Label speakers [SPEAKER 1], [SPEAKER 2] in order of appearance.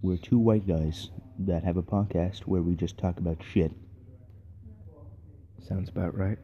[SPEAKER 1] We're two white guys that have a podcast where we just talk about shit.
[SPEAKER 2] Sounds about right.